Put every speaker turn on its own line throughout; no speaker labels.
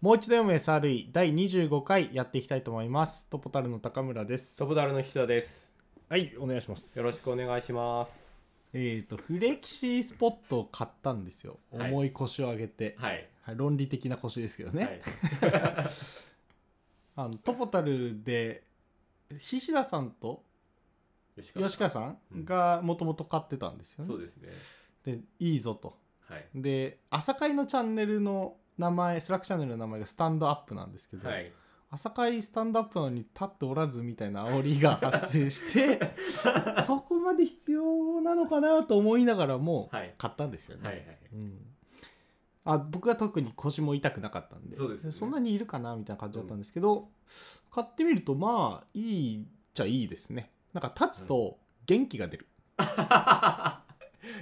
もう一度読む SRE 第25回やっていきたいと思いますトポタルの高村です
トポダルの久田です。
はいお願いします
よろしくお願いします。
えっ、とフレキシースポットを買ったんですよ、
はい
重い腰を上げて、
はい。
はい、論理的な腰ですけどね、
はい、
あのトポタルで菱田さんと
吉川
吉川さんがもともと買ってたんですよね
そう、ですね。
でいいぞと
はい。
で朝会のチャンネルの名前スラックチャンネルの名前がスタンドアップなんですけど、
はい。
朝会スタンドアップなのに立っておらずみたいな煽りが発生して そこまで必要なのかなと思いながらも
はい
買ったんですよね、
はいはい。
うん、あ僕は特に腰も痛くなかったんで
そうですね
んなにいるかなみたいな感じだったんですけど、買ってみるとまあいいっちゃいいですねなんか立つと元気が出る、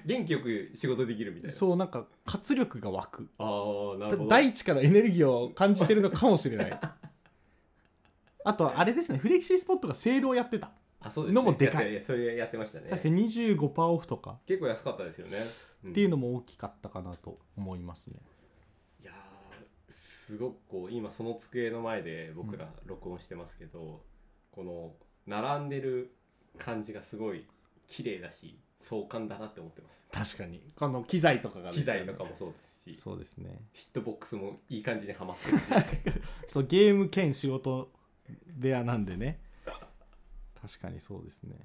元気よく仕事できるみたいな。う。
そうなんか活力が湧く
ああ、なるほど。
大地からエネルギーを感じてるのかもしれないあとはあれですねフレキシースポットがセールをやってた
あ、そうです、ね。
のもでかい
やって。やそれやってましたね。
確か。に25%オフとか
結構安かったですよね。
っていう
の。
のも大きかったかなと思いますね、
いやー、すごくこう、今その机の前で僕ら録音してますけど、この、並んでる感じがすごい綺麗だし、壮観だなって思ってます。
確かにこの機材とかがです
機
よね
材とかもそうですし、
そうですね
ヒットボックスもいい感じにはまってるし。
そうゲーム兼仕事部屋なんでね確かにそうですね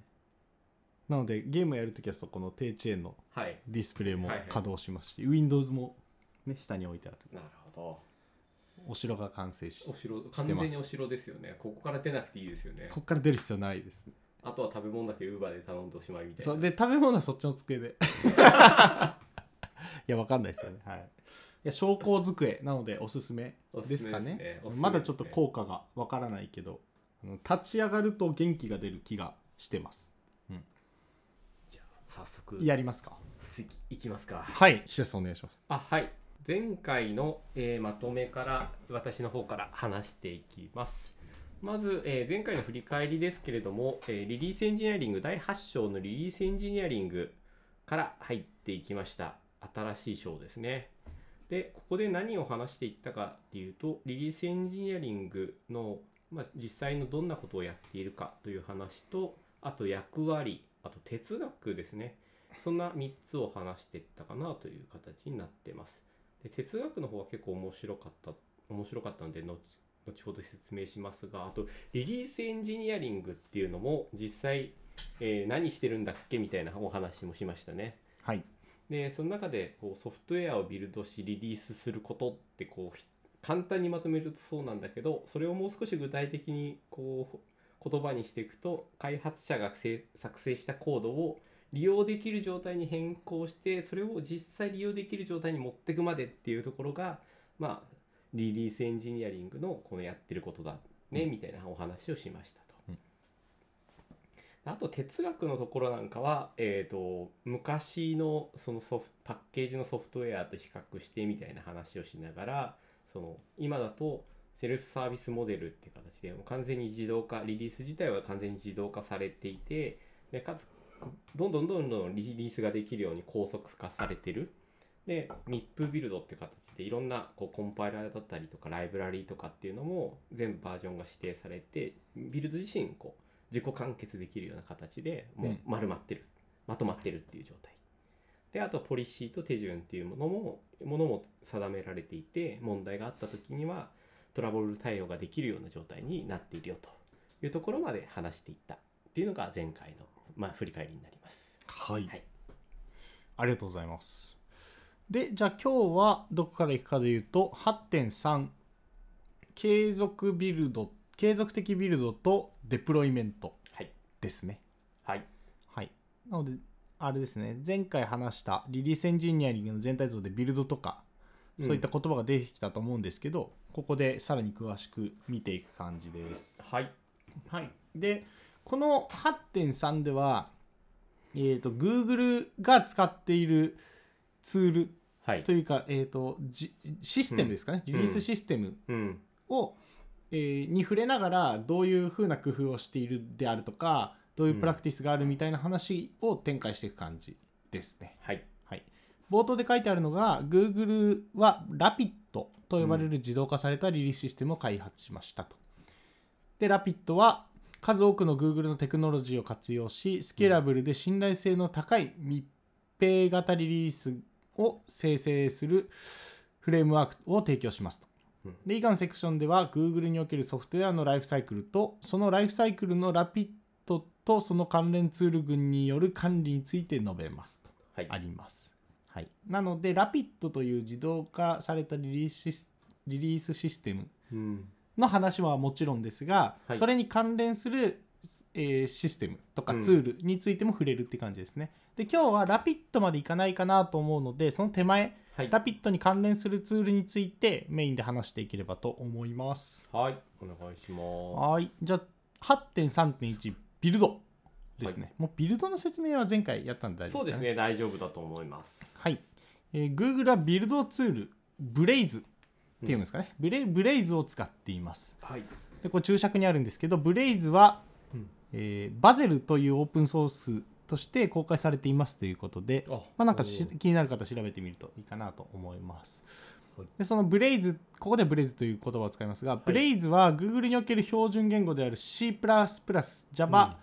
なのでゲームやるときはそこの低遅延の
はい。
ディスプレイも
はいはい
稼働しますし、Windows も、ね、下に置いてある
なるほど。
お城が完成し
お城
す
完全にお城ですよねここから出なくていいですよね
こっから出る必要ないですね
あとは食べ物だけウーバーで頼んでおしまいみたいな
そうで食べ物はそっちの机で いやわかんないですよねはいいや昇降机なのでおすすめですかね
おすすめですね
まだちょっと効果がわからないけどあの立ち上がると元気が出る気がしてます
じゃあ早速
やりますか
次いきますか
はいシスお願いします
あはい前回の、えーまとめから私の方から話していきますまず、えー前回の振り返りですけれども、えーリリースエンジニアリング第8章のリリースエンジニアリングから入っていきました新しい章ですねでここで何を話していったかっていうとリリースエンジニアリングの、まあ、実際のどんなことをやっているかという話とあと役割あと哲学ですねそんな3つを話していったかなという形になってます。で哲学の方は結構面白かった面白かったので後後ほど説明しますがあとリリースエンジニアリングっていうのも実際、えー何してるんだっけみたいなお話もしましたね。
はい
でその中でこうソフトウェアをビルドしリリースすることってこうひ簡単にまとめるとそうなんだけどそれをもう少し具体的にこう言葉にしていくと開発者がせ作成したコードを利用できる状態に変更してそれを実際利用できる状態に持っていくまでっていうところがまあリリースエンジニアリングのこのやってることだね、
うん
みたいなお話をしましたと。
うん
あと哲学のところなんかは、えー、と昔のそのソフトパッケージのソフトウェアと比較してみたいな話をしながらその今だとセルフサービスモデルっていう形でもう完全に自動化リリース自体は完全に自動化されていてでかつどんどんどんどんリリースができるように高速化されてるで MIP ビルドっていう形でいろんなこうコンパイラーだったりとかライブラリーとかっていうのも全部バージョンが指定されてビルド自身こう自己完結できるような形でも
う
うん丸まってる、まとまってるっていう状態であとポリシーと手順っていうものもものも定められていて問題があった時にはトラブル対応ができるような状態になっているよというところまで話していったっていうのが前回の、まあ、振り返りになります
はい、
はい
ありがとうございますでじゃあ今日はどこからいくかでいうと8.3継続ビルド継続的ビルドとデプロイメント
はい
ですね
はい
はい。なので、あれですね、前回話したリリースエンジニアリングの全体像でビルドとか、
うん
そういった言葉が出てきたと思うんですけど、ここでさらに詳しく見ていく感じです。
はい
はい。で、この8.3では、えっ、と、Google が使っているツール
はい
というか、えっ、と、じシステムですかね、
ん
リリースシステム
うん
を、えーに触れながらどういう風な工夫をしているであるとかどういうプラクティスがあるみたいな話を展開していく感じですね。
はい
はい、冒頭で書いてあるのが Google は Rapid と呼ばれる自動化されたリリースシステムを開発しましたと。で Rapid は数多くの Google のテクノロジーを活用しスケーラブルで信頼性の高い密閉型リリースを生成するフレームワークを提供しますと
うん。
で以下のセクションでは Google におけるソフトウェアのライフサイクルとそのライフサイクルの Rapid とその関連ツール群による管理について述べますと。
はい
あります。はい、なので、ラピッドという自動化されたリリースシスリリースシステム
うん
の話はもちろんですが、
はい
それに関連する、えーシステムとか
うん
ツールについても触れるって感じですね。で、今日はラピッドまでいかないかなと思うので、その手前、
はい
ラピッドに関連するツールについてメインで話していければと思います。
はいお願いしま
はい。じゃあ、8.3.1ビルドですね。もうビルドの説明は前回やったんで大
す
丈
そ
夫
う
で
ですす
かね。
ね大丈夫だと思います
はい、えー Google はビルドツール、ブレイズっていうんですかね、ブレブレイズを使っています。
はい
でこれ注釈にあるんですけど、ブレイズは、
うん
えーバゼルというオープンソースとして公開されていますということで、
あ
まあ、なんかし
おー
気になる方調べてみるといいかなと思います
はい。
でそのブレイズここでブレイズという言葉を使いますが、ブレイズは Google における標準言語である C++、Java、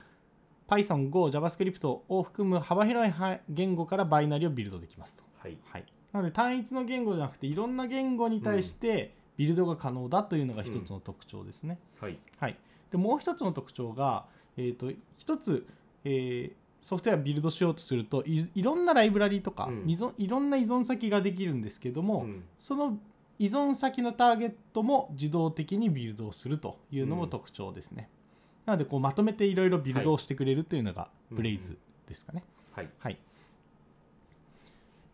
Python、Go、JavaScript を含む幅広いは言語からバイナリをビルドできますと。
はい
はい、なので単一の言語じゃなくていろんな言語に対してビルドが可能だというのが一つの特徴ですね。
はい
はい、でもう一つの特徴が、えー、と一つ、えーソフトウェアビルドしようとするといいろんなライブラリとか、
うん
依存いろんな依存先ができるんですけども、
うん
その依存先のターゲットも自動的にビルドをするというのも特徴ですね。なのでこうまとめていろいろビルドをしてくれるというのが
い
ブレイズですかね。
はい
はい、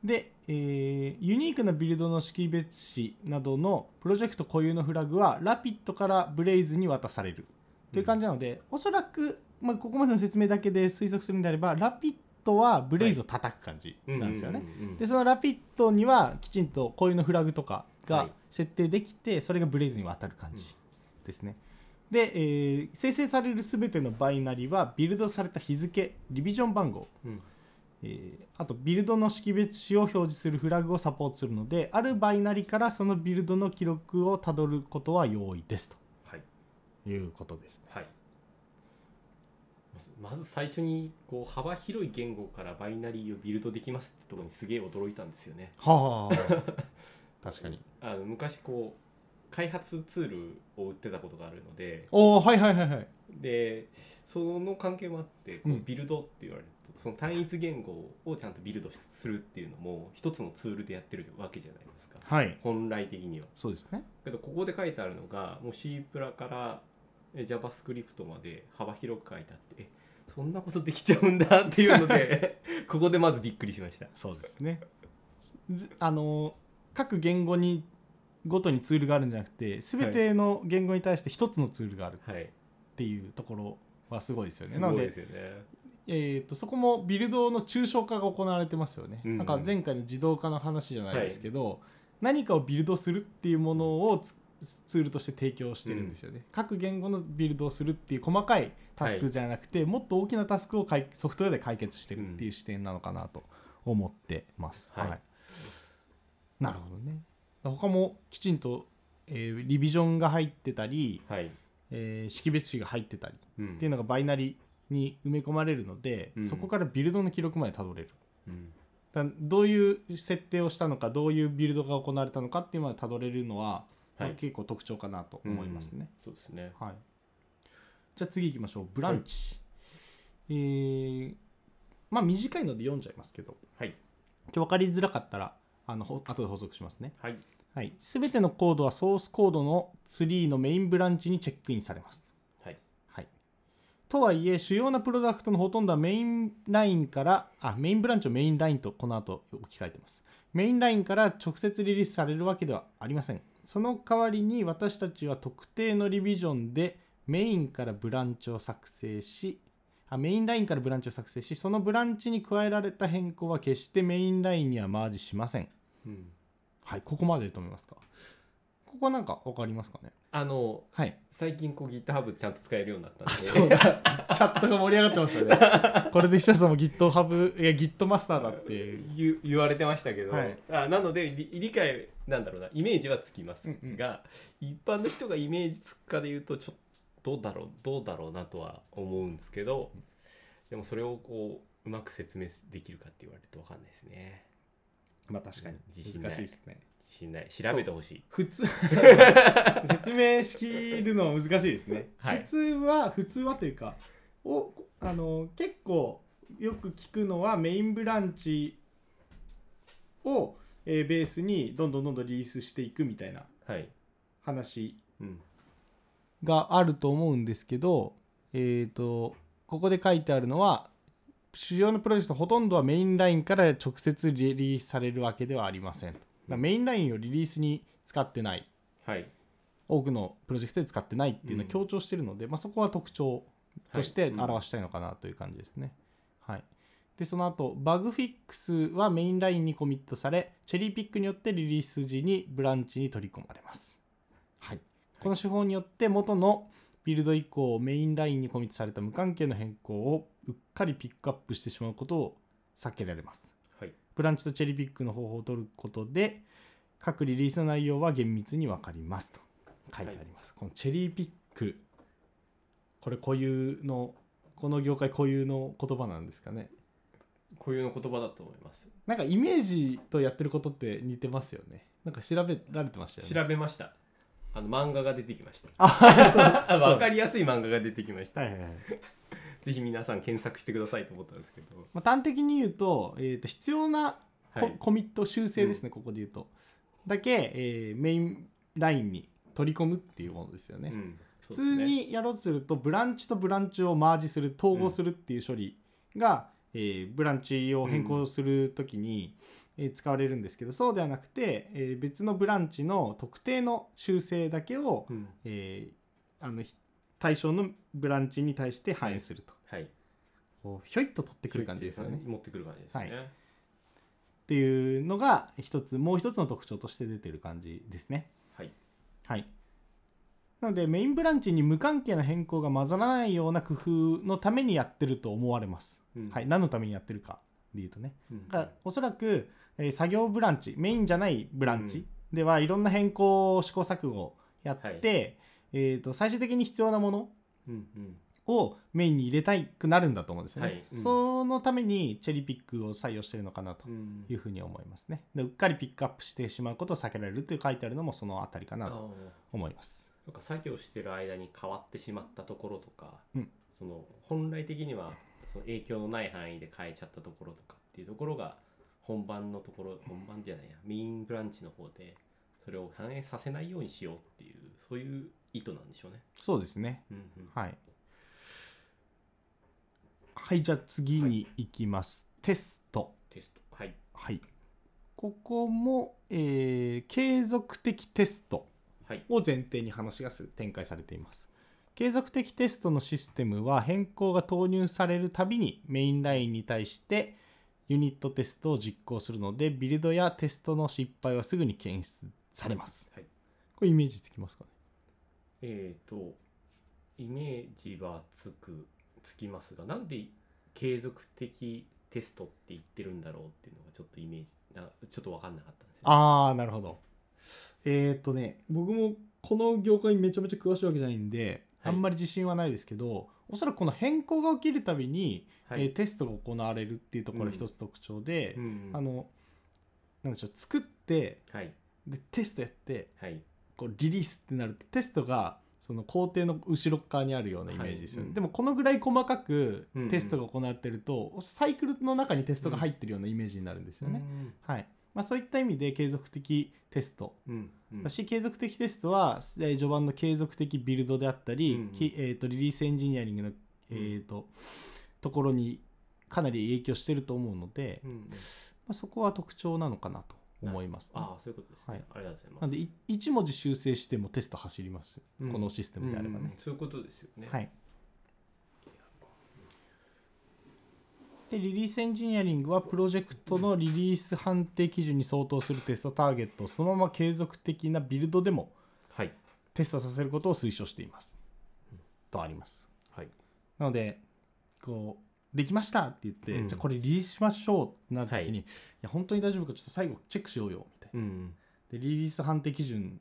で、えーユニークなビルドの識別子などのプロジェクト固有のフラグはラピッドからブレイズに渡されるという感じなので、おそらく、まあ、ここまでの説明だけで推測するんであればラピッドはブレイズを叩く感じなんですよね。
うんうんうん
でそのラピッドにはきちんと固有のフラグとか
は
が
い
設定できて、それがブレイズに渡る感じですね、で、えー生成される全てのバイナリはビルドされた日付リビジョン番号
うん
えーあとビルドの識別子を表示するフラグをサポートするのであるバイナリからそのビルドの記録をたどることは容易です
はい
ということですね
はいまずまず最初にこう幅広い言語からバイナリーをビルドできますってところにすげえ驚いたんですよね
はあ 確かに
あの昔こう開発ツールを売ってたことがあるので
おおはいはいはいはい
でその関係もあって
う
こうんビルドって言われると、その単一言語をちゃんとビルドするっていうのも一つのツールでやってるわけじゃないですか
はい
本来的には。
そうですね
けどここで書いてあるのがもう C プラからえ JavaScript まで幅広く書いてあってえそんなことできちゃうんだっていうので ここでまずびっくりしました。
そうですねずあのー各言語にごとにツールがあるんじゃなくて全ての言語に対して一つのツールがあるっ
はい、
ていうところはすごいですよね、
す
なの
ごい
で
ですよね。
えー、とそこもビルドの抽象化が行われてますよね、
うん
なんか前回の自動化の話じゃないですけど、何かをビルドするっていうものをつツールとして提供してるんですよね、各言語のビルドをするっていう細かいタスクじゃなくて、もっと大きなタスクを解ソフトウェアで解決してるっていう視点なのかなと思ってます、
はい
なるほどね他もきちんと、えーリビジョンが入ってたり、
はい、
えー識別子が入ってたり
うん
っていうのがバイナリに埋め込まれるので、
うん
そこからビルドの記録までたどれる
うん
だどういう設定をしたのかどういうビルドが行われたのかっていうまでたどれるのは、
はい
まあ結構特徴かなと思いますね、
そうですね。
はい、じゃあ次行きましょうブランチ、えーまあ短いので読んじゃいますけど
はい、
分かりづらかったらあのほ後で補足しますね
はい、
はい、全てのコードはソースコードのツリーのメインブランチにチェックインされます。
はい
はい、とはいえ主要なプロダクトのほとんどはメインラインからあメインブランチをメインラインとこの後置き換えてます。メインラインから直接リリースされるわけではありません。その代わりに私たちは特定のリビジョンでメインからブランチを作成しあメインラインからブランチを作成しそのブランチに加えられた変更は決してメインラインにはマージしません。
うん
はい、ここまでで止めますか。ここなんか分かりますかね
あの
はい
最近こう GitHub ちゃんと使えるようになったんで
そう だチャットが盛り上がってましたねこれで久さんも GitHub いや Git マスターだっていう
言う言われてましたけど、
はい
あなので理理解なんだろうなイメージはつきますが、
うんうん
一般の人がイメージつくかで言うとちょっとどうだろうどうだろうなとは思うんですけどでもそれをこううまく説明できるかって言われると分かんないですね
まあ確
かに
難しいですね
自信ない調べてほしい
普通説明しきるの難しいですね、
はい
普通は普通はというかおあの結構よく聞くのはメインブランチを、えーベースにどんどんどんどんリリースしていくみたいな
はい、
話
うん、
があると思うんですけどえっ、とここで書いてあるのは主要のプロジェクトほとんどはメインラインから直接リリースされるわけではありません、だからメインラインをリリースに使ってない
はい
多くのプロジェクトで使ってないっていうのを
うん
強調してるので、まあ、そこは特徴として表したいのかなという感じですね。はいでその後バグフィックスはメインラインにコミットされチェリーピックによってリリース時にブランチに取り込まれます。はい、この手法によって元のビルド以降メインラインにコミットされた無関係の変更をうっかりピックアップしてしまうことを避けられます。
はい
ブランチとチェリーピックの方法を取ることで各リリースの内容は厳密に分かりますと書いてあります、このチェリーピックこれ固有のこの業界固有の言葉なんですかね
固有の言葉だと思います
なんかイメージとやってることって似てますよねなんか調べられてましたよね
調べましたあの漫画が出てきま した
あそう
分かりやすい漫画が出てきました、
はいはいはい
ぜひ皆さん検索してくださいと思ったんですけど
まあ、端的に言うと,、えーと必要なコ,、
はい
コミット修正ですね、ここで言うとだけ、えーメインラインに取り込むっていうものですよね、
うん
普
そうです
通
ね
にやろうとするとブランチとブランチをマージする統合するっていう処理が、えーブランチを変更するときに、えー使われるんですけどそうではなくて、えー別のブランチの特定の修正だけを、
うん
えーあのひ対象のブランチに対して反映すると、
はい
こうひょいっと取ってくる感じですよね。
持ってくる感じですね。
っていうのが一つもう一つの特徴として出てる感じですね。
はい。
はい。なのでメインブランチに無関係な変更が混ざらないような工夫のためにやってると思われます。
うん
はい。何のためにやってるかでいうとね。
うん
だからおそらく、えー作業ブランチメインじゃないブランチではいろんな変更を試行錯誤やって、
はい
えー、と最終的に必要なもの
うんうん
をメインに入れたくなるんだと思うんですよね。
はいうん
そのためにチェリーピックを採用してるのかなと
うん
いうふうに思いますね。でうっかりピックアップしてしまうことを避けられるという書いてあるのもそのあたりか
あ
な
ー
と思います。
そうか作業してる間に変わってしまったところとか、
うん
その本来的にはその影響のない範囲で変えちゃったところとかっていうところが本番のところ本番じゃないやメインブランチの方でそれを反映させないようにしようっていうそういう意図なんでしょうね。
そうですね。
うんうん
はい。はい、じゃあ次に行きます。テスト。
テストはい
はい。ここも、えー継続的テスト
はい
を前提に話がす展開されています。継続的テストのシステムは変更が投入されるたびにメインラインに対してユニットテストを実行するのでビルドやテストの失敗はすぐに検出されます。
はい
これイメージつきますかね
えー、とイメージはつくつきますがなんで継続的テストって言ってるんだろうっていうのがちょっとイメージなちょっと分かんなかったんですよ、ね、
あーなるほどえーっとね僕もこの業界めちゃめちゃ詳しいわけじゃないんで、
はい
あんまり自信はないですけどおそらくこの変更が起きるたびに、
は
え
い
ーテストが行われるっていうところが一つ特徴で、
うん
あのなんでしょう作って
はい
でテストやって
はい
こうリリースってなるとテストがその工程の後ろっ側にあるようなイメージですよね、
はいうん
でもこのぐらい細かく
うんうん
テストが行われてると、サイクルの中にテストが入ってるようなイメージになるんですよね、はいまあ、そういった意味で継続的テスト
うんうん
だし、継続的テストは、えー序盤の継続的ビルドであったり、
うんうん
きえー、とリリースエンジニアリングの、えーとところにかなり影響してると思うので、
う
ま
んうん
あ、そこは特徴なのかなと思います、ね
ああそういうことですね、
はい
ありがとうございます
なのでい1文字修正してもテスト走りますし、
うん
このシステムであれば
うんう
ね
ん、そういうことですよね
はいでリリースエンジニアリングはプロジェクトのリリース判定基準に相当するテストターゲットをそのまま継続的なビルドでもテストさせることを推奨しています。とあります。
はい。
なので、こう、できましたって言って、
うん
じゃあこれリリースしましょうってなるときに、
はい
い、や、本当に大丈夫か、ちょっと最後チェックしようよ、みたい
うん。
な。で、リリース判定基準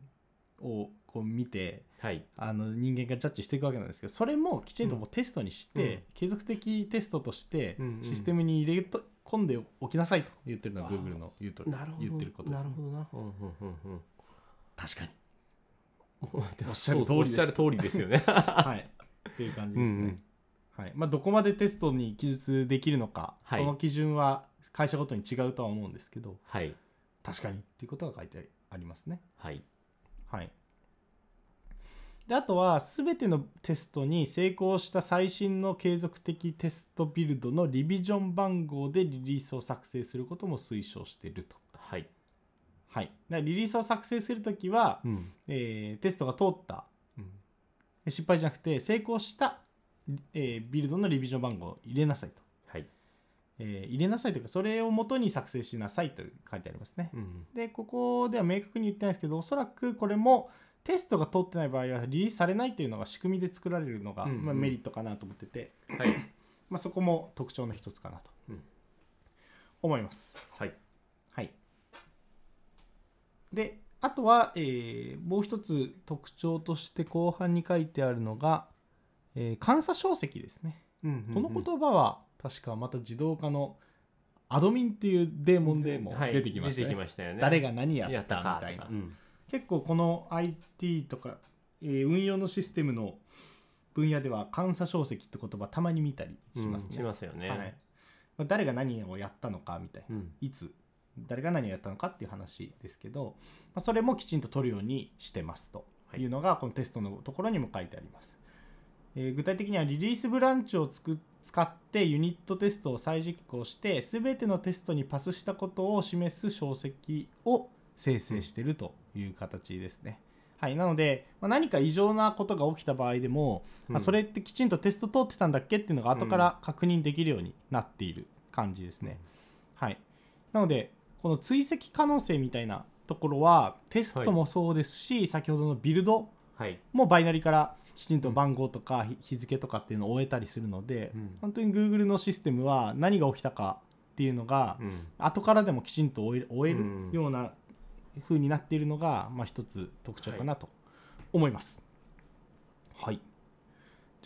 をこう見て、
はい。
あの人間がジャッジしていくわけなんですけどそれもきちんともうテストにして、
うん
継続的テストとして
うんうん
システムに入れと込んでおきなさいと言ってるのは
あー
Google の言うと言ってることです、ね、
どな。うんうんうんうん。
確 かに、
お
お
っ
っ
し
し
ゃ
ゃ
る
る
通
通り
りお
で
っ
す
しゃる通りですよね。
はい、っていう感じですね、
うんうん
はいまあ、どこまでテストに記述できるのか、
はい
その基準は会社ごとに違うとは思うんですけど
はい。
確かにっていうことが書いてありますね
はい。
はいであとは全てのテストに成功した最新の継続的テストビルドのリビジョン番号でリリースを作成することも推奨していると。
はい。
はい、だからリリースを作成するときは、
うん。
えーテストが通った失敗じゃなくて成功した、えービルドのリビジョン番号を入れなさいと、
はい。
えー入れなさいというかそれを元に作成しなさいと書いてありますね。
うん。
でここでは明確に言ってないですけどおそらくこれもテストが通ってない場合はリリースされないというのが仕組みで作られるのが、
うんうん
まあ、メリットかなと思ってて、
はい。
まあ、そこも特徴の一つかなと、
うん
思います。
はい。
はい、であとは、えーもう一つ特徴として後半に書いてあるのが、えー監査証跡ですね。この言葉は確かまた自動化のアドミンっていうデーモンでも
はい
出てきましたね。
出てきましたよね。
誰が何や
や
っ
った
た
か
みたい
と
な
か。うん
結構この IT とか、えー運用のシステムの分野では監査証跡って言葉たまに見たりします
うん
ね。
しますよ
はい
ね。
まあ誰が何をやったのかみたいな、
うん
いつ誰が何をやったのかっていう話ですけど、まあ、それもきちんと取るようにしてますと
はい
いうのがこのテストのところにも書いてあります。えー具体的にはリリースブランチをつく使ってユニットテストを再実行して全てのテストにパスしたことを示す証跡を生成しているという形ですね。はい、なので、まあ、何か異常なことが起きた場合でも、
うん
あそれってきちんとテスト通ってたんだっけっていうのが後から確認できるようになっている感じですね。はい、なのでこの追跡可能性みたいなところはテストもそうですし、先ほどのビルド
はい。
もバイナリからきちんと番号とか日日付とかっていうのを終えたりするので、
うん
本当に Google のシステムは何が起きたかっていうのが
うん
後からでもきちんと終え終える
うん
ような風になっているのが、まあ、一つ特徴かなと思います。はい、じゃ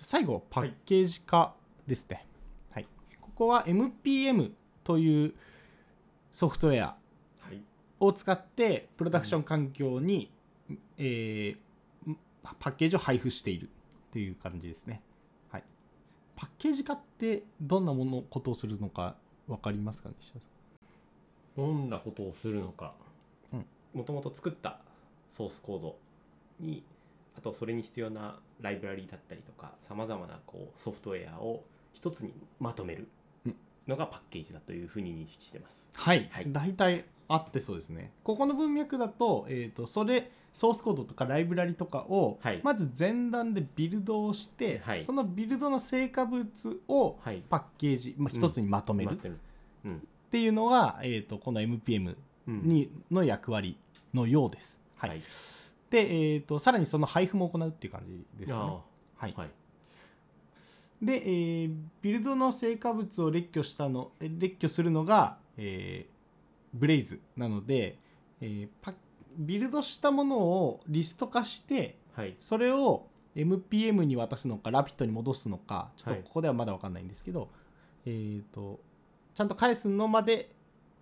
あ最後パッケージ化ですね、はいここは MPM というソフトウェア
はい。
を使ってプロダクション環境に、えーんパッケージを配布しているという感じですね、はい、パッケージ化ってどんなものことをするのか分かりますかね石田さん
どんなことをするのか
うん
もともと作ったソースコードにあとそれに必要なライブラリだったりとかさまざまなこうソフトウェアを一つにまとめる
うん
のがパッケージだというふうに認識してます。
はい、
はい
大体合ってそうですねここの文脈だと,、えー、とそれソースコードとかライブラリとかを、
はい
まず前段でビルドをして、
はい
そのビルドの成果物を
はい、
パッケージ、まあ、
うん
一つにまとめる
ま
っ
とめるうん
ていうのが、えー、とこの MPM
うん
にの役割のようです。はい
はい
で、えーと、さらにその配布も行うっていう感じですかね。は
あ
い
ーはい
で、えービルドの成果物を列挙したのえ列挙するのが、えーブレイズなので、えーパッビルドしたものをリスト化して
はい
それを MPM に渡すのかラピットに戻すのかちょっ
はい
とここではまだ分かんないんですけど、えーとちゃんと返すのまで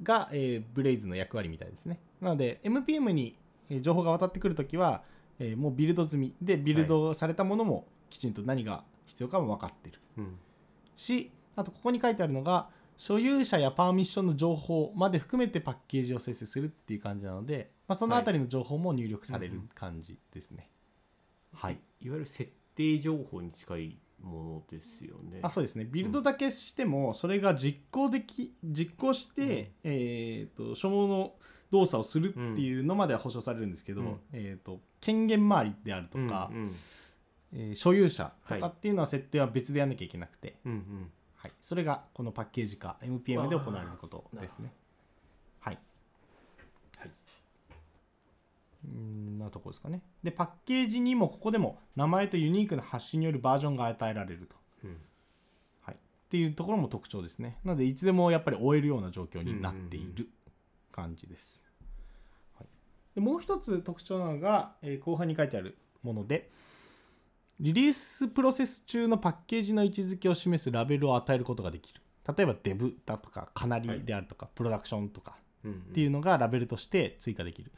が、えーブレイズの役割みたいですねなので MPM にえー情報が渡ってくるときは、えーもうビルド済みでビルドされたものもきちんと何が必要かも分かってる
うん
しあとここに書いてあるのが所有者やパーミッションの情報まで含めてパッケージを生成するっていう感じなので、まあ、そのあたりの情報も入力される感じですね。はい、
いわゆる設定情報に近いものですよね。
あそうですねビルドだけしてもそれが実行でき実行して、えー、と所望の動作をするっていうのまでは保証されるんですけど、
うん
えー、と権限周りであるとか、
うんうん
えー所有者と
は
か
い
っていうのは設定は別でやんなきゃいけなくて、
うんうん
はい、それがこのパッケージ化 MPM で行われることですね。はい、
はい
うんなとこですかね。で、パッケージにもここでも名前とユニークな発信によるバージョンが与えられると。
うん
はい、っていうところも特徴ですね。なので、いつでもやっぱり終えるような状況になって
うん
い
うんう
る感じです。はい、でもう一つ特徴なのが、えー後半に書いてあるもので、リリースプロセス中のパッケージの位置づけを示すラベルを与えることができる。例えば、デブだとか、かなりであるとか、プロダクションとか
うん
っていうのがラベルとして追加できる。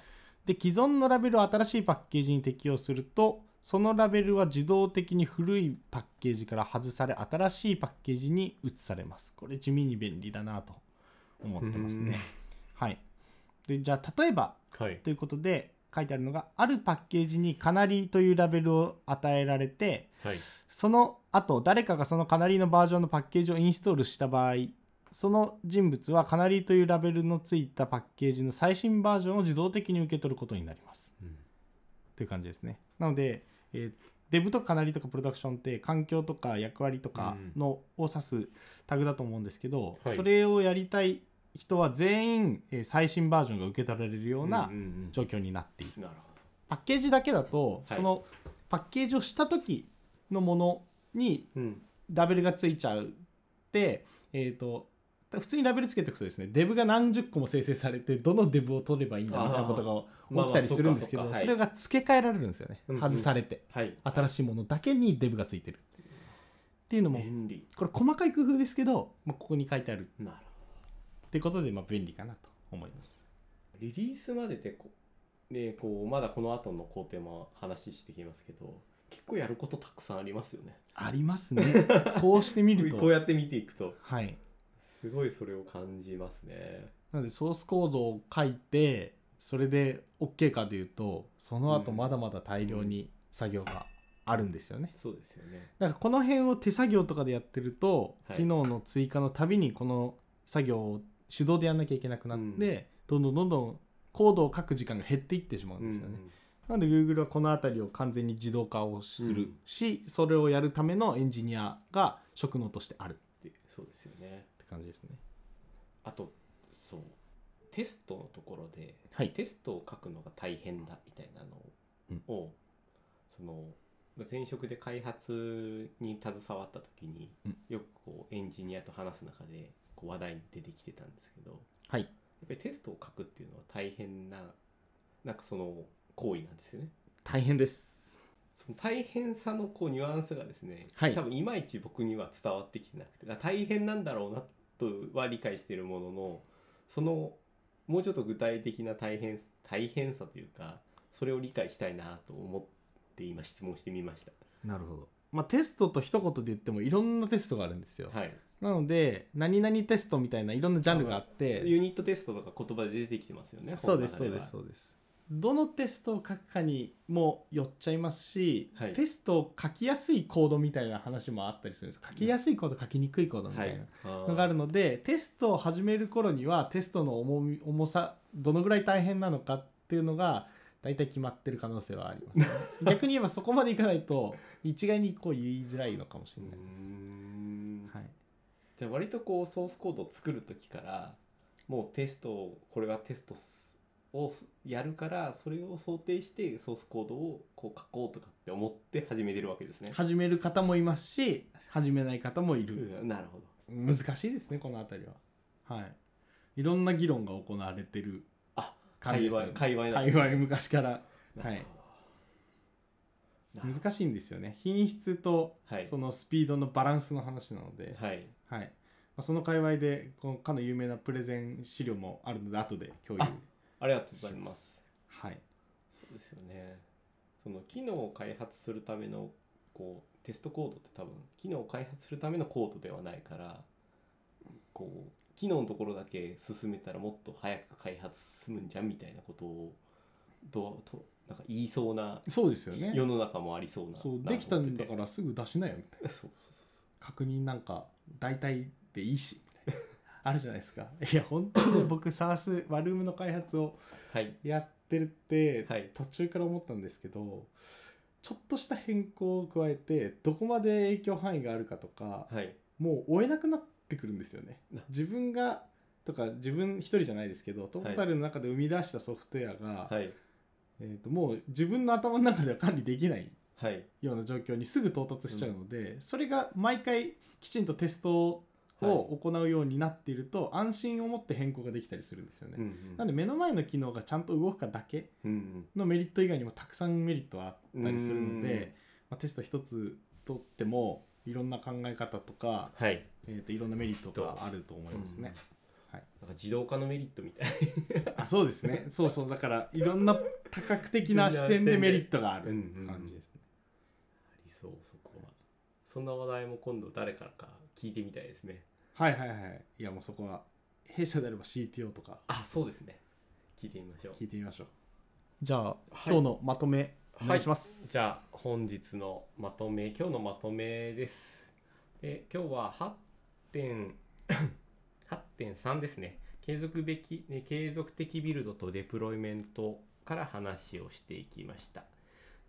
で、既存のラベルを新しいパッケージに適用すると、そのラベルは自動的に古いパッケージから外され、新しいパッケージに移されます。これ地味に便利だなと思ってますね。はい。で、じゃあ、例えば
はい
ということで書いてあるのが、あるパッケージにカナリというラベルを与えられて、
はい
その後誰かがそのカナリーのバージョンのパッケージをインストールした場合その人物はカナリーというラベルのついたパッケージの最新バージョンを自動的に受け取ることになります
うん
という感じですねなので、えーデブとかカナリーとかプロダクションって環境とか役割とかのを指すタグだと思うんですけど、
はい
それをやりたい人は全員、えー最新バージョンが受け取られるような
うんうん
状況になっている
うんなる
パッケージだけだと、
はい
そのパッケージをした時のものに
ほどうん
ラベルがついちゃうで、えー、と普通にラベルつけておくとですねデブが何十個も生成されてどのデブを取ればいいんだみたいなこと
あーま
が
あ
起きたりするんですけ
ま
ど
あそっか
そ
そっかは
れ
い
が付け替えられるんですよね
うんうん
外されて
はい
新しいものだけにデブがついてるっていうのも
便利
これ細かい工夫ですけど、まあ、ここに書いてある
なるほ
ってことでまあ便利かなと思います。
どリリースまででこねこうまだこの後の工程も話してきますけど結構やることたくさんありますよね
ありますね こうしてみる
こう
と
やって見ていくと
はい
すごいそれを感じますね
なのでソースコードを書いてそれで OK かというとその後
うん
まだまだ大量に作業があるんですよね。
そうですよね
なんかこの辺を手作業とかでやってると、
はい
機能の追加のたびにこの作業を手動でやんなきゃいけなくなって、どんどんどんどんコードを書く時間が減っていってしまうんですよね。なので Google はこの辺りを完全に自動化をす
う
る
ん
し、それをやるためのエンジニアが職能としてあるっ
でそうですよね
て感じですね。
あとそうテストのところで、
はい
テストを書くのが大変だみたいなのを、その前職で開発に携わった時に、
うん
よくこうエンジニアと話す中でこう話題に出てきてたんですけどやっ
はい。
ぱりテストを書くっていうのは大変ななんかその行為なんですよね。
大変です。
その大変さのこうニュアンスがですね、
はい
多分いまいち僕には伝わってきてなくてだから大変なんだろうなとは理解しているもののそのもうちょっと具体的な大変大変さというかそれを理解したいなと思って今質問してみました。
なるほど。まあ、テストと一言で言ってもいろんなテストがあるんですよ。
はい、
なので、何々テストみたいないろんなジャンルがあって、
ユニットテストとか言葉で出てきてますよね。
そうです、そ
本
う
の
で
中
す、
は
そうです。どのテストを書くかにもよっちゃいますし、
はい
テストを書きやすいコードみたいな話もあったりするんです書きやすいコード書きにくいコードみた
はいい
な。のがあるので、テストを始める頃にはテストの重み重さどのぐらい大変なのかっていうのが大体決まってる可能性はあります、ね、 逆に言えばそこまでいかないと一概にこう言いづらいのかもし
う
れ
ー
ないです、
ん
はい、
じゃあ割とこうソースコードを作る時からもうテストをこれがテストをやるからそれを想定してソースコードをこう書こうとかって思って始めてるわけですね。
始める方もいますし始めない方もいる、
うんなるほど。
難しいですねこの辺りははいいろんな議論が行われてる
あ
感じ
界
ですね
隈界隈なん
界
ですね
隈昔から
なるほどなるほど
難しいんですよね品質と
はい
そのスピードのバランスの話なので、
はい
はい。まあ、その界隈で、このかの有名なプレゼン資料もあるので、後で共有
あ。ありがとうございます。
はい。
そうですよね。その機能を開発するためのこうテストコードって多分機能を開発するためのコードではないからこう機能のところだけ進めたらもっと早く開発進むんじゃんみたいなことをどうとなんか言いそうな
そうですよね
世。の中もありそうな。
そう、
な
できたんだ
ら。
から、すぐ出しなよみたいな。
そうそう
確認なんか、大体でいいし。みたいなあるじゃないですか。 いや、本当 にね僕、サース、ワルームの開発を
そうはい
やってるって、
はい
途中から思ったんですけど。ちょっとした変更を加えて、どこまで影響範囲があるかとか。
はい
もう追えなくなってくるんですよね
な
自分がとか自分一人じゃないですけどトータルの中で生み出したソフトウェアが、
はい
えー、ともう自分の頭の中では管理できない
はい。
ような状況にすぐ到達しちゃうので、それが毎回きちんとテストを行うようになっていると、安心を持って変更ができたりするんですよね。
うんうん
なんで目の前の機能がちゃんと動くかだけ
うんうん
のメリット以外にもたくさんメリットはあったりするの
うん
で、まあ、テスト一つ取ってもいろんな考え方とか、
はい。
えー、といろんなメリットがあると思いますね。はい、
なんか自動化のメリットみたいな。
あそうです ねそうそうだからいろんな多角的な視点でメリットがある
うんうん
感じですね。
ありそう、そこは。そんな話題も今度誰からか聞いてみたいですね。
はいはいはいいやもうそこは弊社であれば CTO とか
あ、そうですね。聞いてみましょう。
聞いてみましょう。じゃあ、
い
今日のまとめお願いします。
じゃあ本日のまとめ今日のまとめですで今日は8点 8.3ですね継続べきね継続的ビルドとデプロイメントから話をしていきました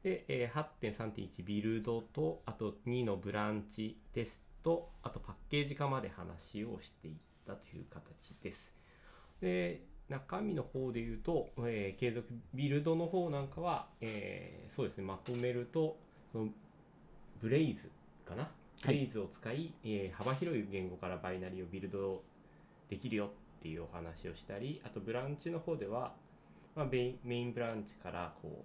で、えー8.3.1ビルドとあと2のブランチテストあとパッケージ化まで話をしていったという形ですで中身の方で言うと、えー継続ビルドの方なんかは、えーそうですねまとめるとそのブレイズかな、
はい
ブレイズを使い、えー幅広い言語からバイナリーをビルドできるよっていうお話をしたりあとブランチの方では、まあ、メインメインブランチからこ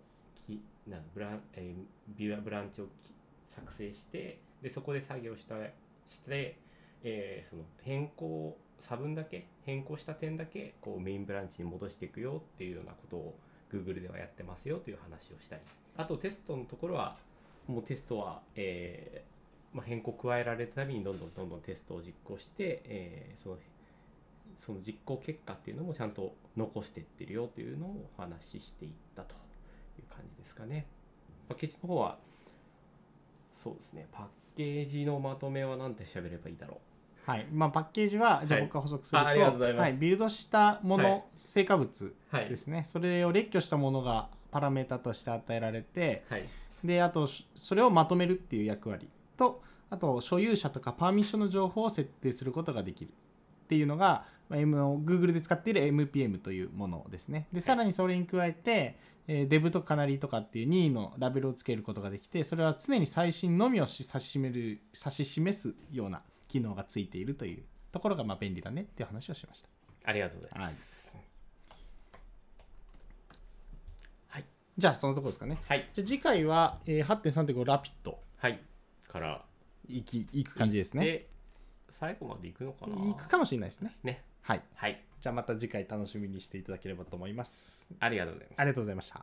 うきなんかブラン、えービュアブランチをき作成してでそこで作業したしてえーその変更差分だけ変更した点だけこうメインブランチに戻していくよっていうようなことを Google ではやってますよという話をしたりあとテストのところはもうテストは、えーまあ、変更加えられるたびにどんどんどんどんテストを実行して、えーそのその実行結果っていうのもちゃんと残していってるよというのをお話ししていったという感じですかね。パッケージの方はそうですねパッケージのまとめは何て喋ればいいだろう
はい、まあパッケージはじゃあ
はい
僕が補足すると、
あありがとうございます
はい、ビルドしたもの、
はい
成果物
はい
で。すね。それを列挙したものがパラメータとして与えられて、
はい。
であとしそれをまとめるっていう役割と、あと所有者とかパーミッションの情報を設定することができるっていうのが、まあ M の Google で使っている MPM というものですね。でさらにそれに加えて、えー、Dev とかなりとかっていう任意のラベルをつけることができてそれは常に最新のみをし指し示る指し示すような機能がついているというところがまあ便利だねっていう話をしました。
ありがとうございます。
じゃあそのところですかね。
はい。
じゃあ次回は、えー、8.3.5ラピッド
はい。から、
いきいく感じですね。
で、最後まで行くのかな
行くかもしれないですね。
ね。
はい。
はい。
じゃあまた次回楽しみにしていただければと思います。
ありがとうございます。
ありがとうございました。